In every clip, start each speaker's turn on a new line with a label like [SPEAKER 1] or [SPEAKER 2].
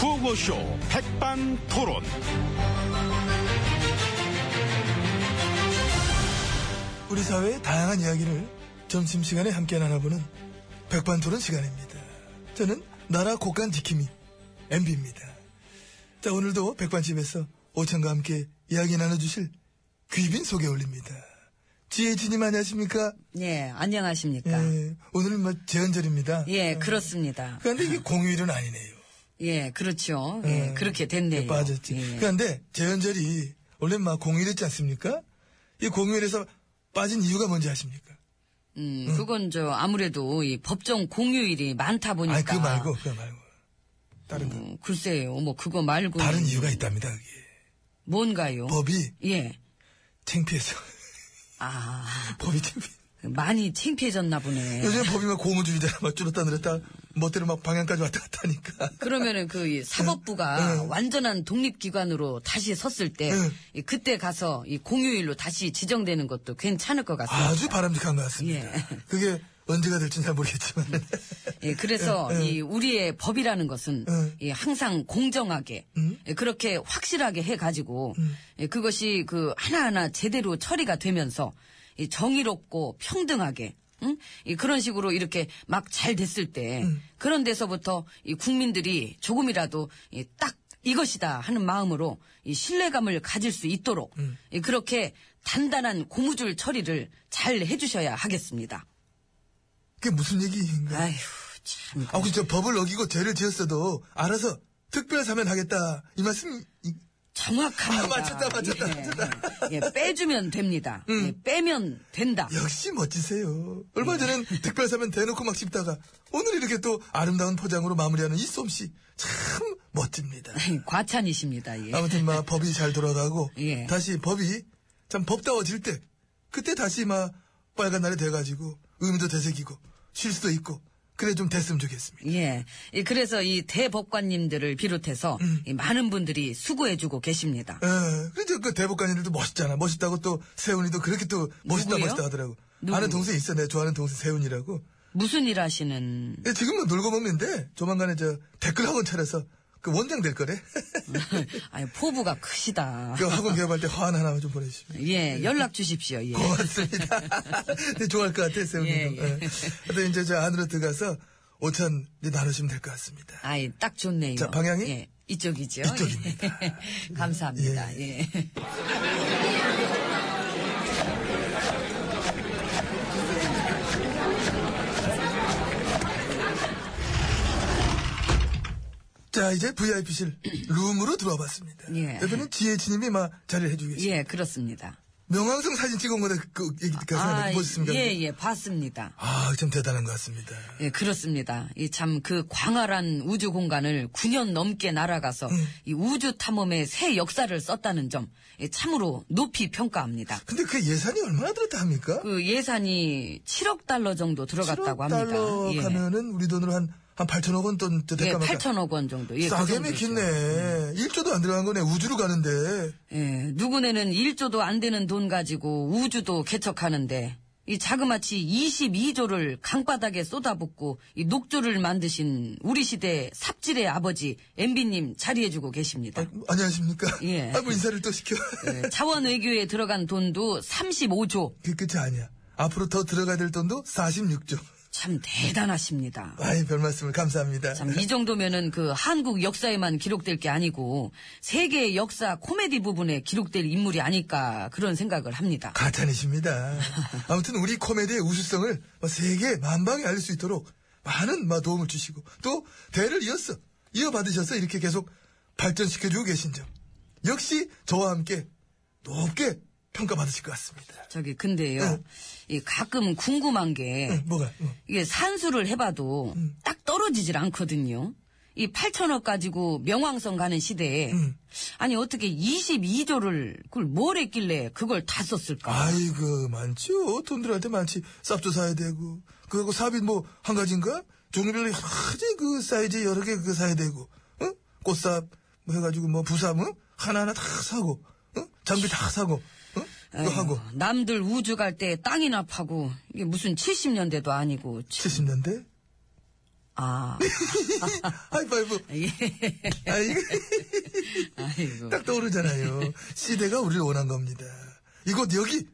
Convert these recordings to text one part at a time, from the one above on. [SPEAKER 1] 라디오쇼 백반토론.
[SPEAKER 2] 우리 사회의 다양한 이야기를 점심시간에 함께 나눠보는 백반토론 시간입니다. 저는 나라 곡간 지킴이 MB입니다. 자 오늘도 백반집에서 오천과 함께 이야기 나눠주실 귀빈 소개 올립니다. 지혜진님 안녕하십니까?
[SPEAKER 3] 예, 안녕하십니까. 예,
[SPEAKER 2] 예, 오늘은 뭐 제헌절입니다. 예.
[SPEAKER 3] 그렇습니다.
[SPEAKER 2] 그런데 이게 공휴일은 아니네요.
[SPEAKER 3] 예, 그렇죠. 예,
[SPEAKER 2] 예.
[SPEAKER 3] 그렇게 됐네요.
[SPEAKER 2] 빠졌지.
[SPEAKER 3] 예.
[SPEAKER 2] 그런데 재연절이 원래 막 공휴일이지 않습니까? 이 공휴일에서 빠진 이유가 뭔지 아십니까?
[SPEAKER 3] 음, 그건 저 아무래도 이 법정 공휴일이 많다 보니까.
[SPEAKER 2] 아니 그거 말고 그거 말고 다른 거
[SPEAKER 3] 음, 글쎄요, 뭐 그거 말고
[SPEAKER 2] 다른 이유가 있답니다. 그게
[SPEAKER 3] 뭔가요?
[SPEAKER 2] 법이
[SPEAKER 3] 예,
[SPEAKER 2] 창피해서
[SPEAKER 3] 아
[SPEAKER 2] 법이 창피.
[SPEAKER 3] 많이 창피해졌나 보네.
[SPEAKER 2] 요즘 법이 막 고무줄이잖아. 막 줄었다 늘었다 멋대로 막 방향까지 왔다 갔다 하니까.
[SPEAKER 3] 그러면은 그이 사법부가
[SPEAKER 2] 예.
[SPEAKER 3] 완전한 독립기관으로 다시 섰을 때
[SPEAKER 2] 예.
[SPEAKER 3] 이 그때 가서 이 공휴일로 다시 지정되는 것도 괜찮을 것 같습니다.
[SPEAKER 2] 아주 바람직한 것 같습니다.
[SPEAKER 3] 예.
[SPEAKER 2] 그게 언제가 될지는 잘 모르겠지만.
[SPEAKER 3] 예, 그래서 이 우리의 법이라는 것은
[SPEAKER 2] 응.
[SPEAKER 3] 예, 항상 공정하게
[SPEAKER 2] 응?
[SPEAKER 3] 예, 그렇게 확실하게 해가지고 예, 그것이 그 하나하나 제대로 처리가 되면서 이 정의롭고 평등하게 응? 이 그런 식으로 이렇게 막 잘 됐을 때 그런 데서부터 이 국민들이 조금이라도 이 딱 이것이다 하는 마음으로 이 신뢰감을 가질 수 있도록 예, 그렇게 단단한 고무줄 처리를 잘 해주셔야 하겠습니다.
[SPEAKER 2] 그게 무슨 얘기인가?
[SPEAKER 3] 아휴 참.
[SPEAKER 2] 아, 혹시 저 법을 어기고 죄를 지었어도 알아서 특별 사면 하겠다. 이 말씀, 이-
[SPEAKER 3] 정확합니다.
[SPEAKER 2] 아, 맞췄다, 맞췄다, 음.
[SPEAKER 3] 예, 예, 예, 빼주면 됩니다. 예, 빼면 된다.
[SPEAKER 2] 역시 멋지세요.
[SPEAKER 3] 예.
[SPEAKER 2] 얼마 전엔 특별 사면 대놓고 막 씹다가 오늘 이렇게 또 아름다운 포장으로 마무리하는 이 솜씨. 참 멋집니다.
[SPEAKER 3] 과찬이십니다. 예.
[SPEAKER 2] 아무튼 막 법이 잘 돌아가고
[SPEAKER 3] 예.
[SPEAKER 2] 다시 법이 참 법다워질 때 그때 다시 막 빨간 날이 돼가지고 의미도 되새기고 쉴 수도 있고 그래 좀 됐으면 좋겠습니다.
[SPEAKER 3] 예. 이, 그래서 이 대법관님들을 비롯해서
[SPEAKER 2] 음.
[SPEAKER 3] 이 많은 분들이 수고해주고 계십니다.
[SPEAKER 2] 예, 그죠. 그 대법관님들도 멋있잖아. 멋있다고 또 세훈이도 그렇게 또 멋있다
[SPEAKER 3] 누구예요?
[SPEAKER 2] 멋있다 하더라고.
[SPEAKER 3] 누구?
[SPEAKER 2] 아는 동생 있어. 내가 좋아하는 동생 세훈이라고.
[SPEAKER 3] 무슨 일 하시는
[SPEAKER 2] 근데 지금은 놀고 먹는데 조만간에 저 댓글 학원 차려서 그 원장 될 거래.
[SPEAKER 3] 아유, 포부가 크시다.
[SPEAKER 2] 그 학원 개업할 때 화환 하나만 좀 보내주시면.
[SPEAKER 3] 예, 연락 주십시오. 예.
[SPEAKER 2] 어. 고맙습니다. 근데 좋아할 것 같아, 세훈이도.
[SPEAKER 3] 예, 예.
[SPEAKER 2] 예. 하여튼 이제 저 안으로 들어가서 오천 이제 나누시면 될 것 같습니다.
[SPEAKER 3] 아이, 딱 좋네요.
[SPEAKER 2] 자, 방향이?
[SPEAKER 3] 예, 이쪽이죠.
[SPEAKER 2] 이쪽입니다.
[SPEAKER 3] 예. 감사합니다. 예.
[SPEAKER 2] 자, 이제 VIP실 룸으로 들어와 봤습니다.
[SPEAKER 3] 예.
[SPEAKER 2] 옆에는 지혜진님이 막 자리를 해주고 계십니다.
[SPEAKER 3] 예, 그렇습니다.
[SPEAKER 2] 명왕성 사진 찍은 거다, 그, 얘기, 그,
[SPEAKER 3] 아,
[SPEAKER 2] 아, 보셨습니까?
[SPEAKER 3] 예, 예, 봤습니다.
[SPEAKER 2] 아, 참 대단한 것 같습니다.
[SPEAKER 3] 예, 그렇습니다. 이 참 그 광활한 우주 공간을 9년 넘게 날아가서
[SPEAKER 2] 예.
[SPEAKER 3] 이 우주 탐험의 새 역사를 썼다는 점 예, 참으로 높이 평가합니다.
[SPEAKER 2] 근데 그 예산이 얼마나 들었다 합니까?
[SPEAKER 3] 그 예산이 7억 달러 정도 들어갔다고 합니다.
[SPEAKER 2] 달러
[SPEAKER 3] 예.
[SPEAKER 2] 가면은 우리 돈으로 한, 한 8천억 원 돈, 대
[SPEAKER 3] 예,
[SPEAKER 2] 가
[SPEAKER 3] 8천억 원 정도. 예, 그
[SPEAKER 2] 싸게
[SPEAKER 3] 정도죠. 음.
[SPEAKER 2] 맥히네. 1조도 안 들어간 거네. 우주로 가는데.
[SPEAKER 3] 예, 누구네는 1조도 안 되는 돈 가지고 우주도 개척하는데 이 자그마치 22조를 강바닥에 쏟아붓고 이 녹조를 만드신 우리 시대 삽질의 아버지 엠비님 자리해주고 계십니다.
[SPEAKER 2] 아, 안녕하십니까?
[SPEAKER 3] 예.
[SPEAKER 2] 아, 뭐 인사를 또 시켜.
[SPEAKER 3] 예, 자원 외교에 들어간 돈도 35조.
[SPEAKER 2] 그 끝이 아니야. 앞으로 더 들어가야 될 돈도 46조.
[SPEAKER 3] 참 대단하십니다.
[SPEAKER 2] 아이, 별 말씀을 감사합니다.
[SPEAKER 3] 참 이 정도면은 그 한국 역사에만 기록될 게 아니고 세계 역사 코미디 부분에 기록될 인물이 아닐까 그런 생각을 합니다.
[SPEAKER 2] 가찬이십니다. 아무튼 우리 코미디의 우수성을 뭐 세계 만방에 알릴 수 있도록 많은 막 도움을 주시고 또 대를 이어서 이어받으셔서 이렇게 계속 발전시켜주고 계신 점 역시 저와 함께 높게 평가받으실 것 같습니다.
[SPEAKER 3] 저기 근데요.
[SPEAKER 2] 응.
[SPEAKER 3] 이 가끔 궁금한 게
[SPEAKER 2] 응, 뭐가? 응.
[SPEAKER 3] 이게 산수를 해봐도 딱 떨어지질 않거든요. 이 8천억 가지고 명왕성 가는 시대에
[SPEAKER 2] 음.
[SPEAKER 3] 아니 어떻게 22조를 그걸 뭘 했길래 그걸 다 썼을까?
[SPEAKER 2] 아이고 많죠. 돈들한테 많지. 쌉도 사야 되고 그리고 삽이 뭐 한 가지인가? 종류별로 여러 가지 그 사이즈 여러 개 그 사야 되고 응? 꽃삽 뭐 해가지고 뭐 부삽 응? 하나하나 다 사고 응? 장비 다 사고 응? 이거
[SPEAKER 3] 아이고,
[SPEAKER 2] 하고
[SPEAKER 3] 예, 남들 우주 갈 때 땅이나 파고 이게 무슨 70년대도 아니고 참,
[SPEAKER 2] 70년대
[SPEAKER 3] 아,
[SPEAKER 2] 하이파이브.
[SPEAKER 3] 예.
[SPEAKER 2] 아, 이거
[SPEAKER 3] 아이고.
[SPEAKER 2] 딱 떠오르잖아요. 시대가 우리를 원한 겁니다. 이곳, 여기,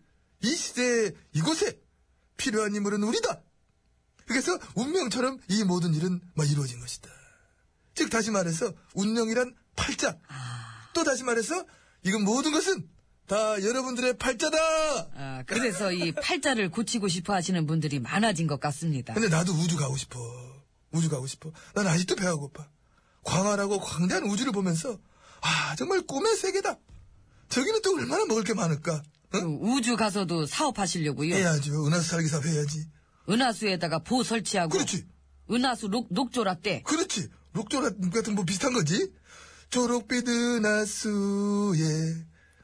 [SPEAKER 2] 이 시대, 이곳에 필요한 인물은 우리다! 그래서 운명처럼 이 모든 일은 막 이루어진 것이다. 즉, 다시 말해서, 운명이란 팔자. 또 다시 말해서, 이건 모든 것은 다 여러분들의 팔자다!
[SPEAKER 3] 아, 그래서 이 팔자를 고치고 싶어 하시는 분들이 많아진 것 같습니다.
[SPEAKER 2] 근데 나도 우주 가고 싶어. 우주 가고 싶어. 난 아직도 배가 고파. 광활하고 광대한 우주를 보면서 아 정말 꿈의 세계다. 저기는 또 얼마나 먹을 게 많을까? 응?
[SPEAKER 3] 그 우주 가서도
[SPEAKER 2] 예,
[SPEAKER 3] 사업하시려고요.
[SPEAKER 2] 해야죠. 은하수 살기 사업 해야지.
[SPEAKER 3] 은하수에다가 보 설치하고.
[SPEAKER 2] 그렇지.
[SPEAKER 3] 은하수 녹, 녹조라떼.
[SPEAKER 2] 그렇지. 록조라 같은 뭐 비슷한 거지. 초록빛 은하수에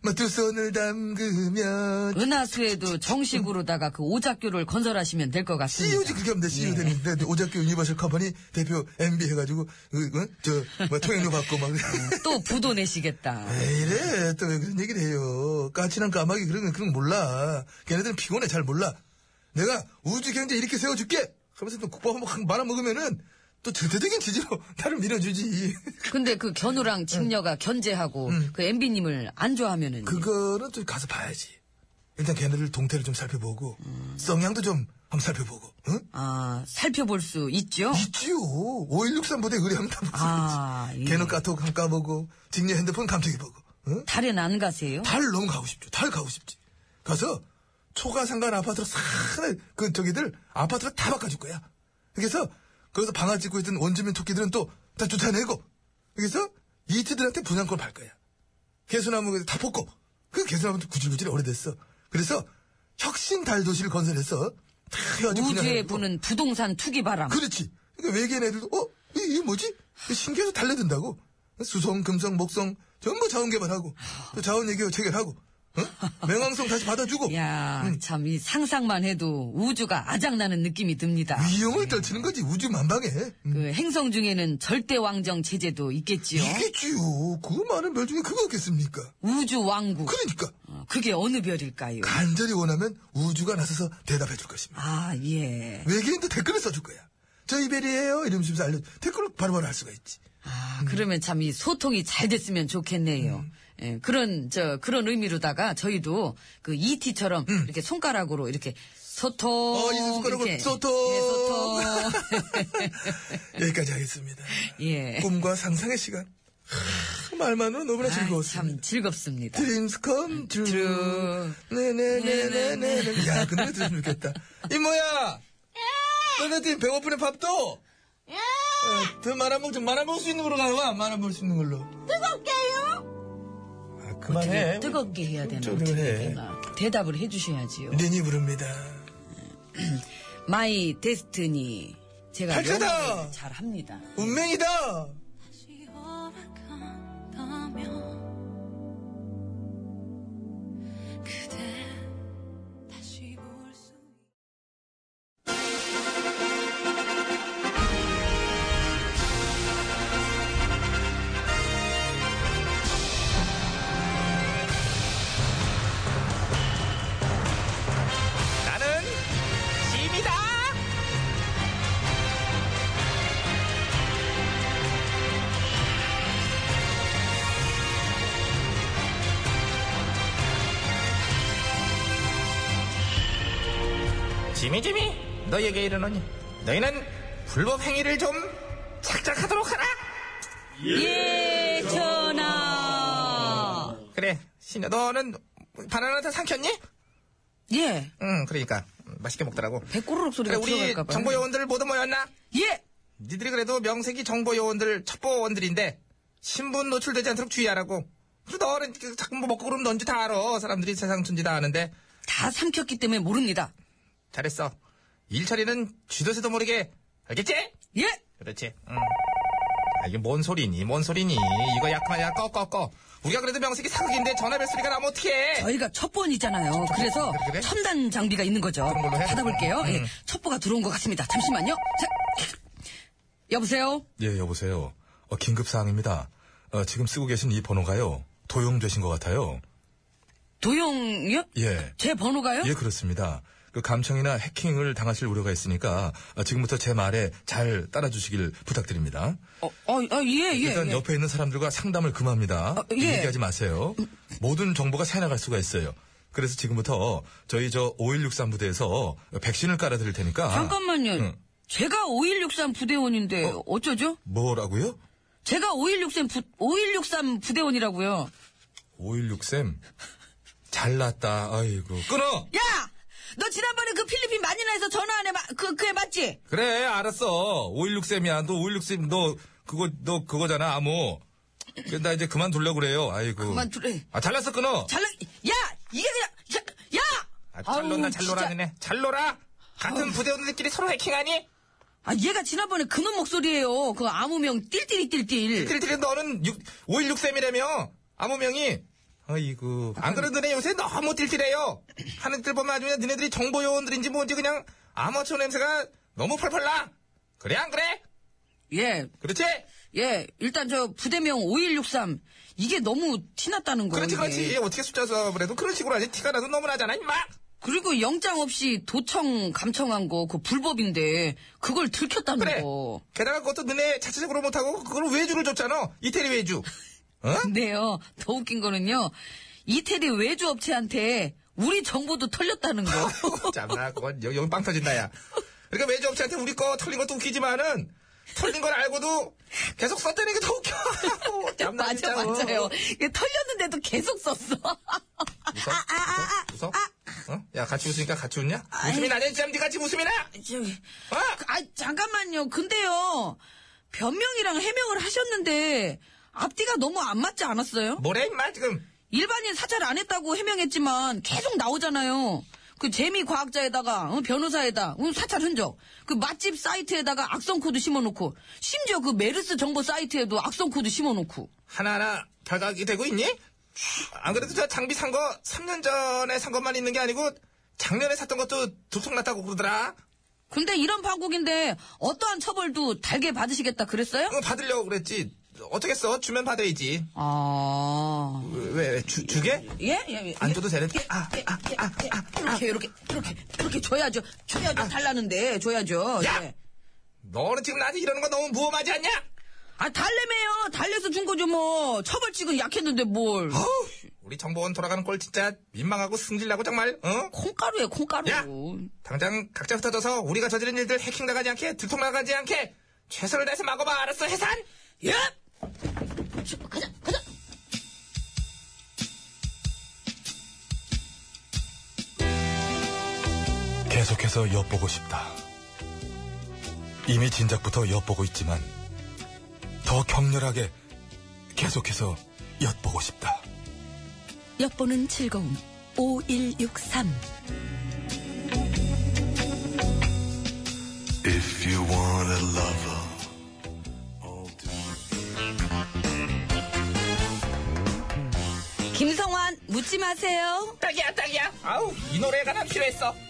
[SPEAKER 2] 막 두 손을 담그면
[SPEAKER 3] 은하수에도 정식으로다가 그 오작교를 건설하시면 될 것 같습니다.
[SPEAKER 2] CU지 그렇게 하면 돼. CU 되는데 오작교 유니버셜 컴퍼니 대표 MB 해가지고 응? 응? 저뭐 통행료 받고 막
[SPEAKER 3] 또 부도 내시겠다.
[SPEAKER 2] 왜 이래? 또 왜 그런 얘기를 해요? 까칠한 까마귀 그런 건 그런 거 몰라. 걔네들은 피곤해 잘 몰라. 내가 우주 경제 이렇게 세워줄게. 하면서 또 국밥 한번 말아 먹으면은 또 절대적인 지지로 나를 밀어주지.
[SPEAKER 3] 근데 그 견우랑 직녀가 견제하고 그 MB님을 안 좋아하면은.
[SPEAKER 2] 음. 그거는 또 가서 봐야지. 일단 걔네들 동태를 좀 살펴보고 성향도 좀 한번 살펴보고. 응?
[SPEAKER 3] 아, 살펴볼 수 있죠?
[SPEAKER 2] 있지요. 5163 부대 의뢰하면 다
[SPEAKER 3] 아,
[SPEAKER 2] 보지.
[SPEAKER 3] 예.
[SPEAKER 2] 걔는 까톡 한 까보고 직녀 핸드폰 감청해보고. 응?
[SPEAKER 3] 달엔 안 가세요?
[SPEAKER 2] 달 너무 가고 싶죠. 달 가고 싶지. 가서 초가상간 아파트로 싹그 저기들 아파트로 다 바꿔줄 거야. 그래서 거기서 방아 찍고 있던 원주민 토끼들은 또 다 쫓아내고 그래서 이트들한테 분양권 팔 거야. 개수나무 다 뽑고 그 개수나무도 구질구질 오래됐어. 그래서 혁신 달 도시를 건설해서 다 해가지고
[SPEAKER 3] 우주에
[SPEAKER 2] 분양해가지고.
[SPEAKER 3] 부는 부동산 투기 바람.
[SPEAKER 2] 그렇지. 그러니까 외계인 애들도 어? 이- 이게 뭐지? 신기해서 달려든다고. 수성, 금성, 목성 전부 자원 개발하고 또 자원 얘기 체결하고 어? 맹왕성 다시 받아주고 음,
[SPEAKER 3] 야, 참, 이 상상만 해도 우주가 아작나는 느낌이 듭니다.
[SPEAKER 2] 위험을 떨치는 거지 우주 만방에. 음.
[SPEAKER 3] 그 행성 중에는 절대 왕정 체제도 있겠지요.
[SPEAKER 2] 이겠지요. 그 많은 별 중에 그거 없겠습니까?
[SPEAKER 3] 우주 왕국.
[SPEAKER 2] 그러니까
[SPEAKER 3] 어, 그게 어느 별일까요?
[SPEAKER 2] 간절히 원하면 우주가 나서서 대답해 줄 것입니다.
[SPEAKER 3] 아, 예.
[SPEAKER 2] 외계인도 댓글을 써줄 거야. 저 이베리에요 이러면서 알려 댓글로 바로바로 알 수가 있지.
[SPEAKER 3] 아, 그러면 참 이 소통이 잘 됐으면 좋겠네요.
[SPEAKER 2] 음.
[SPEAKER 3] 예, 그런, 저, 그런 의미로다가 저희도 그 ET처럼 이렇게 손가락으로 이렇게 소통.
[SPEAKER 2] 음. 어, 이 손가락으로
[SPEAKER 3] 이렇게.
[SPEAKER 2] 소통.
[SPEAKER 3] 예, 소통.
[SPEAKER 2] 여기까지 하겠습니다.
[SPEAKER 3] 예.
[SPEAKER 2] 꿈과 상상의 시간. 하, 말만으로 너무나
[SPEAKER 3] 아이,
[SPEAKER 2] 즐거웠습니다. 네.
[SPEAKER 3] 참 즐겁습니다.
[SPEAKER 2] 드림스 컴 트루.
[SPEAKER 3] true.
[SPEAKER 2] 네, 네네네네네. 야, 그 노래 들으면 좋겠다. 이모야!
[SPEAKER 3] 예!
[SPEAKER 2] 너네들 배고프네, 밥도! 어, 더 말아먹, 좀 말아먹을 수 있는 걸로 가와. 말아먹을 수 있는 걸로. 뜨겁게요? 아, 그만해.
[SPEAKER 3] 네, 뜨겁게 해야 되나?
[SPEAKER 2] 좀
[SPEAKER 3] 어떻게 해야
[SPEAKER 2] 그래. 네.
[SPEAKER 3] 되나? 대답을 해주셔야지요.
[SPEAKER 2] 린이 부릅니다.
[SPEAKER 3] 마이 데스티니. 제가
[SPEAKER 2] 발차다!
[SPEAKER 3] 영어를 잘 합니다.
[SPEAKER 2] 운명이다!
[SPEAKER 4] 다시 허락한다면 그대 다시 볼 수.
[SPEAKER 1] 나는 짐이다. 짐이 짐이 너희에게 이르노니 너희는 불법 행위를 좀 착착하도록 하라.
[SPEAKER 3] 예, 전하!
[SPEAKER 1] 그래 신여 너는 바나나 다 삼켰니?
[SPEAKER 3] 예.
[SPEAKER 1] 응 그러니까 맛있게 먹더라고.
[SPEAKER 3] 백꼬르륵
[SPEAKER 1] 그래,
[SPEAKER 2] 그러니까
[SPEAKER 3] 소리가
[SPEAKER 1] 우리
[SPEAKER 3] 들어갈까봐.
[SPEAKER 1] 정보 요원들 모두 모였나?
[SPEAKER 3] 예!
[SPEAKER 1] 니들이 그래도 명색이 정보 요원들 첩보원들인데 신분 노출되지 않도록 주의하라고. 그래서 너는 그 자꾸 뭐 먹고 그러면 넌지 다 알아. 사람들이 세상 촌지 다 아는데
[SPEAKER 3] 다 삼켰기 때문에 모릅니다.
[SPEAKER 1] 잘했어. 일 처리는 쥐도새도 모르게 알겠지?
[SPEAKER 3] 예!
[SPEAKER 1] 그렇지. 응. 아, 이게 뭔 소리니? 뭔 소리니? 이거 약만 야 꺼 꺼 꺼. 우리가 그래도 명색이 사극인데 전화벨 소리가 나면 어떡해?
[SPEAKER 3] 저희가 첩보원이잖아요. 그래서
[SPEAKER 1] 그래, 그래?
[SPEAKER 3] 첨단 장비가 있는 거죠.
[SPEAKER 1] 그런 걸로 해?
[SPEAKER 3] 받아볼게요. 예, 첩보가 들어온 것 같습니다. 잠시만요. 자, 여보세요?
[SPEAKER 5] 예, 여보세요. 어, 긴급사항입니다. 어, 지금 쓰고 계신 이 번호가요. 도용되신 것 같아요.
[SPEAKER 3] 도용이요?
[SPEAKER 5] 예.
[SPEAKER 3] 제 번호가요?
[SPEAKER 5] 예, 그렇습니다. 그
[SPEAKER 6] 예, 그 감청이나 해킹을 당하실 우려가 있으니까 어, 지금부터 제 말에 잘 따라주시길 부탁드립니다.
[SPEAKER 3] 어, 어, 어, 예, 예.
[SPEAKER 6] 일단
[SPEAKER 3] 예.
[SPEAKER 6] 옆에 있는 사람들과 상담을 금합니다.
[SPEAKER 3] 어, 예.
[SPEAKER 6] 얘기하지 마세요. 모든 정보가 새나갈 수가 있어요. 그래서 지금부터 저희 저 5163 부대에서 백신을 깔아드릴 테니까.
[SPEAKER 3] 잠깐만요.
[SPEAKER 6] 응.
[SPEAKER 3] 제가 5163 부대원인데 어. 쩌죠
[SPEAKER 6] 뭐라고요?
[SPEAKER 3] 제가 5163, 부, 5163 부대원이라고요.
[SPEAKER 6] 5163. 잘났다. 아이고. 끊어!
[SPEAKER 3] 야! 너 지난번에 그 필리핀 마니나에서 전화 안 해, 마, 그, 그애 맞지?
[SPEAKER 6] 그래, 알았어. 516쌤이야. 너 516쌤, 너, 그거, 너 그거잖아, 암호. 그래,
[SPEAKER 2] 그러니까
[SPEAKER 6] 나 이제 그만 두려고 그래요. 아이고.
[SPEAKER 3] 그만두래.
[SPEAKER 6] 아, 잘났어, 끊어!
[SPEAKER 3] 잘라, 야! 이게 그냥, 야! 야!
[SPEAKER 2] 아, 잘
[SPEAKER 3] 아우,
[SPEAKER 2] 놀나 잘
[SPEAKER 3] 진짜.
[SPEAKER 2] 놀아 니네 잘 놀아 같은 부대원들끼리 서로 해킹하니
[SPEAKER 3] 아, 얘가 지난번에 그놈 목소리예요. 그 아무명 띨띨띨띨.
[SPEAKER 2] 그래 그래 너는 516쌤이라며 암호명이
[SPEAKER 6] 아이고.
[SPEAKER 2] 안 그래도 너네 요새 너무 띨띨해요 하늘들 보면 아주 그냥 너네들이 정보 요원들인지 뭔지 그냥 아마추어 냄새가 너무 펄펄 나 그래 안 그래
[SPEAKER 3] 예,
[SPEAKER 2] 그렇지
[SPEAKER 3] 예. 일단 저 부대명 5163. 이게 너무 티났다는 거예요.
[SPEAKER 2] 그렇지
[SPEAKER 3] 이게.
[SPEAKER 2] 그렇지 어떻게 숫자 수업을 해도 그런 식으로 하지 티가 나도 너무나잖아 임마
[SPEAKER 3] 그리고 영장 없이 도청 감청한 거, 그 불법인데, 그걸 들켰다는
[SPEAKER 2] 그래
[SPEAKER 3] 거.
[SPEAKER 2] 게다가 그것도 너네 자체적으로 못하고 그걸 외주를 줬잖아 이태리 외주 어?
[SPEAKER 3] 근데요, 더 웃긴 거는요, 이태리 외주업체한테 우리 정보도 털렸다는 거.
[SPEAKER 2] 참나 그건 여기, 여기 빵 터진다야. 그러니까 매주 업체한테 우리 거 털린 것도 웃기지만은 털린 걸 알고도 계속 썼다는 게 더 웃겨. 아우, 참나
[SPEAKER 3] 맞아,
[SPEAKER 2] 진짜로.
[SPEAKER 3] 맞아요. 이게 털렸는데도 계속 썼어.
[SPEAKER 2] 웃어?
[SPEAKER 3] 아,
[SPEAKER 2] 웃어? 웃어? 어? 야 같이 웃으니까 같이 웃냐? 웃음이 나냐 진짜 니 같이 웃음이 나?
[SPEAKER 3] 저기,
[SPEAKER 2] 어?
[SPEAKER 3] 아, 잠깐만요. 근데요, 변명이랑 해명을 하셨는데, 앞뒤가 너무 안 맞지 않았어요?
[SPEAKER 2] 뭐래 임마 지금?
[SPEAKER 3] 일반인 사찰 안 했다고 해명했지만 계속 나오잖아요. 그 재미 과학자에다가 어, 변호사에다 어, 사찰 흔적, 그 맛집 사이트에다가 악성 코드 심어놓고 심지어 그 메르스 정보 사이트에도 악성 코드 심어놓고
[SPEAKER 2] 하나하나 발각이 되고 있니? 안 그래도 저 장비 산 거 3년 전에 산 것만 있는 게 아니고 작년에 샀던 것도 두통났다고 그러더라.
[SPEAKER 3] 근데 이런 방국인데 어떠한 처벌도 달게 받으시겠다 그랬어요?
[SPEAKER 2] 응, 받으려고 그랬지. 어쩌겠어? 주면 받아야지.
[SPEAKER 3] 아,
[SPEAKER 2] 왜, 왜 주, 주게?
[SPEAKER 3] 예, 예, 예.
[SPEAKER 2] 안 줘도 되는데? 아,
[SPEAKER 3] 예, 예, 예. 이렇게 이렇게 이렇게 이렇게 줘야죠, 줘야죠 달라는데 줘야죠.
[SPEAKER 2] 야!
[SPEAKER 3] 예.
[SPEAKER 2] 너는 지금 나한테 이러는 거 너무 무험하지 않냐?
[SPEAKER 3] 아 달래매요, 달래서 준 거죠 뭐 처벌칙은 약했는데 뭘?
[SPEAKER 2] 어우, 우리 정보원 돌아가는 꼴 진짜 민망하고 승질나고 정말, 어?
[SPEAKER 3] 콩가루에 콩가루. 음.
[SPEAKER 2] 야! 당장 각자 흩어져서 우리가 저지른 일들 해킹 나가지 않게, 들통 나가지 않게 최선을 다해서 막아봐, 알았어, 해산!
[SPEAKER 3] 예! 슈, 가자, 가자.
[SPEAKER 6] 계속해서 엿보고 싶다. 이미 진작부터 엿보고 있지만 더 격렬하게 계속해서 엿보고 싶다.
[SPEAKER 7] 엿보는 즐거움 5163
[SPEAKER 8] If you want a lover, all do.
[SPEAKER 3] 김성환, 묻지 마세요.
[SPEAKER 2] 딱이야, 딱이야. 아우, 이 노래가 난 필요했어.